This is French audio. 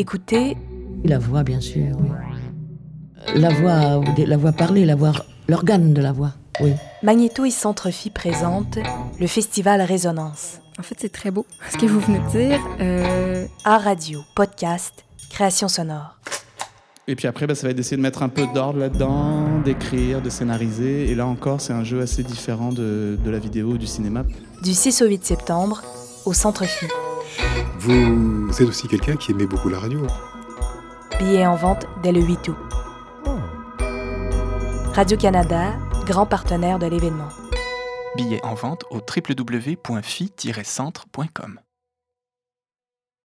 écouter La voix, bien sûr, oui. La voix, la voix parlée, la voix, l'organe de la voix, oui. Magnéto et Centrefi présente le festival Résonance. En fait, c'est très beau ce que vous venez de dire. Euh... À radio, podcast, création sonore. Et puis après, bah, ça va être d'essayer de mettre un peu d'ordre là-dedans, d'écrire, de scénariser. Et là encore, c'est un jeu assez différent de, de la vidéo ou du cinéma. Du 6 au 8 septembre, au Centre Phi. Vous êtes aussi quelqu'un qui aimait beaucoup la radio. hein. Billets en vente dès le 8 août. Oh. Radio-Canada, grand partenaire de l'événement. Billets en vente au www.fi-centre.com.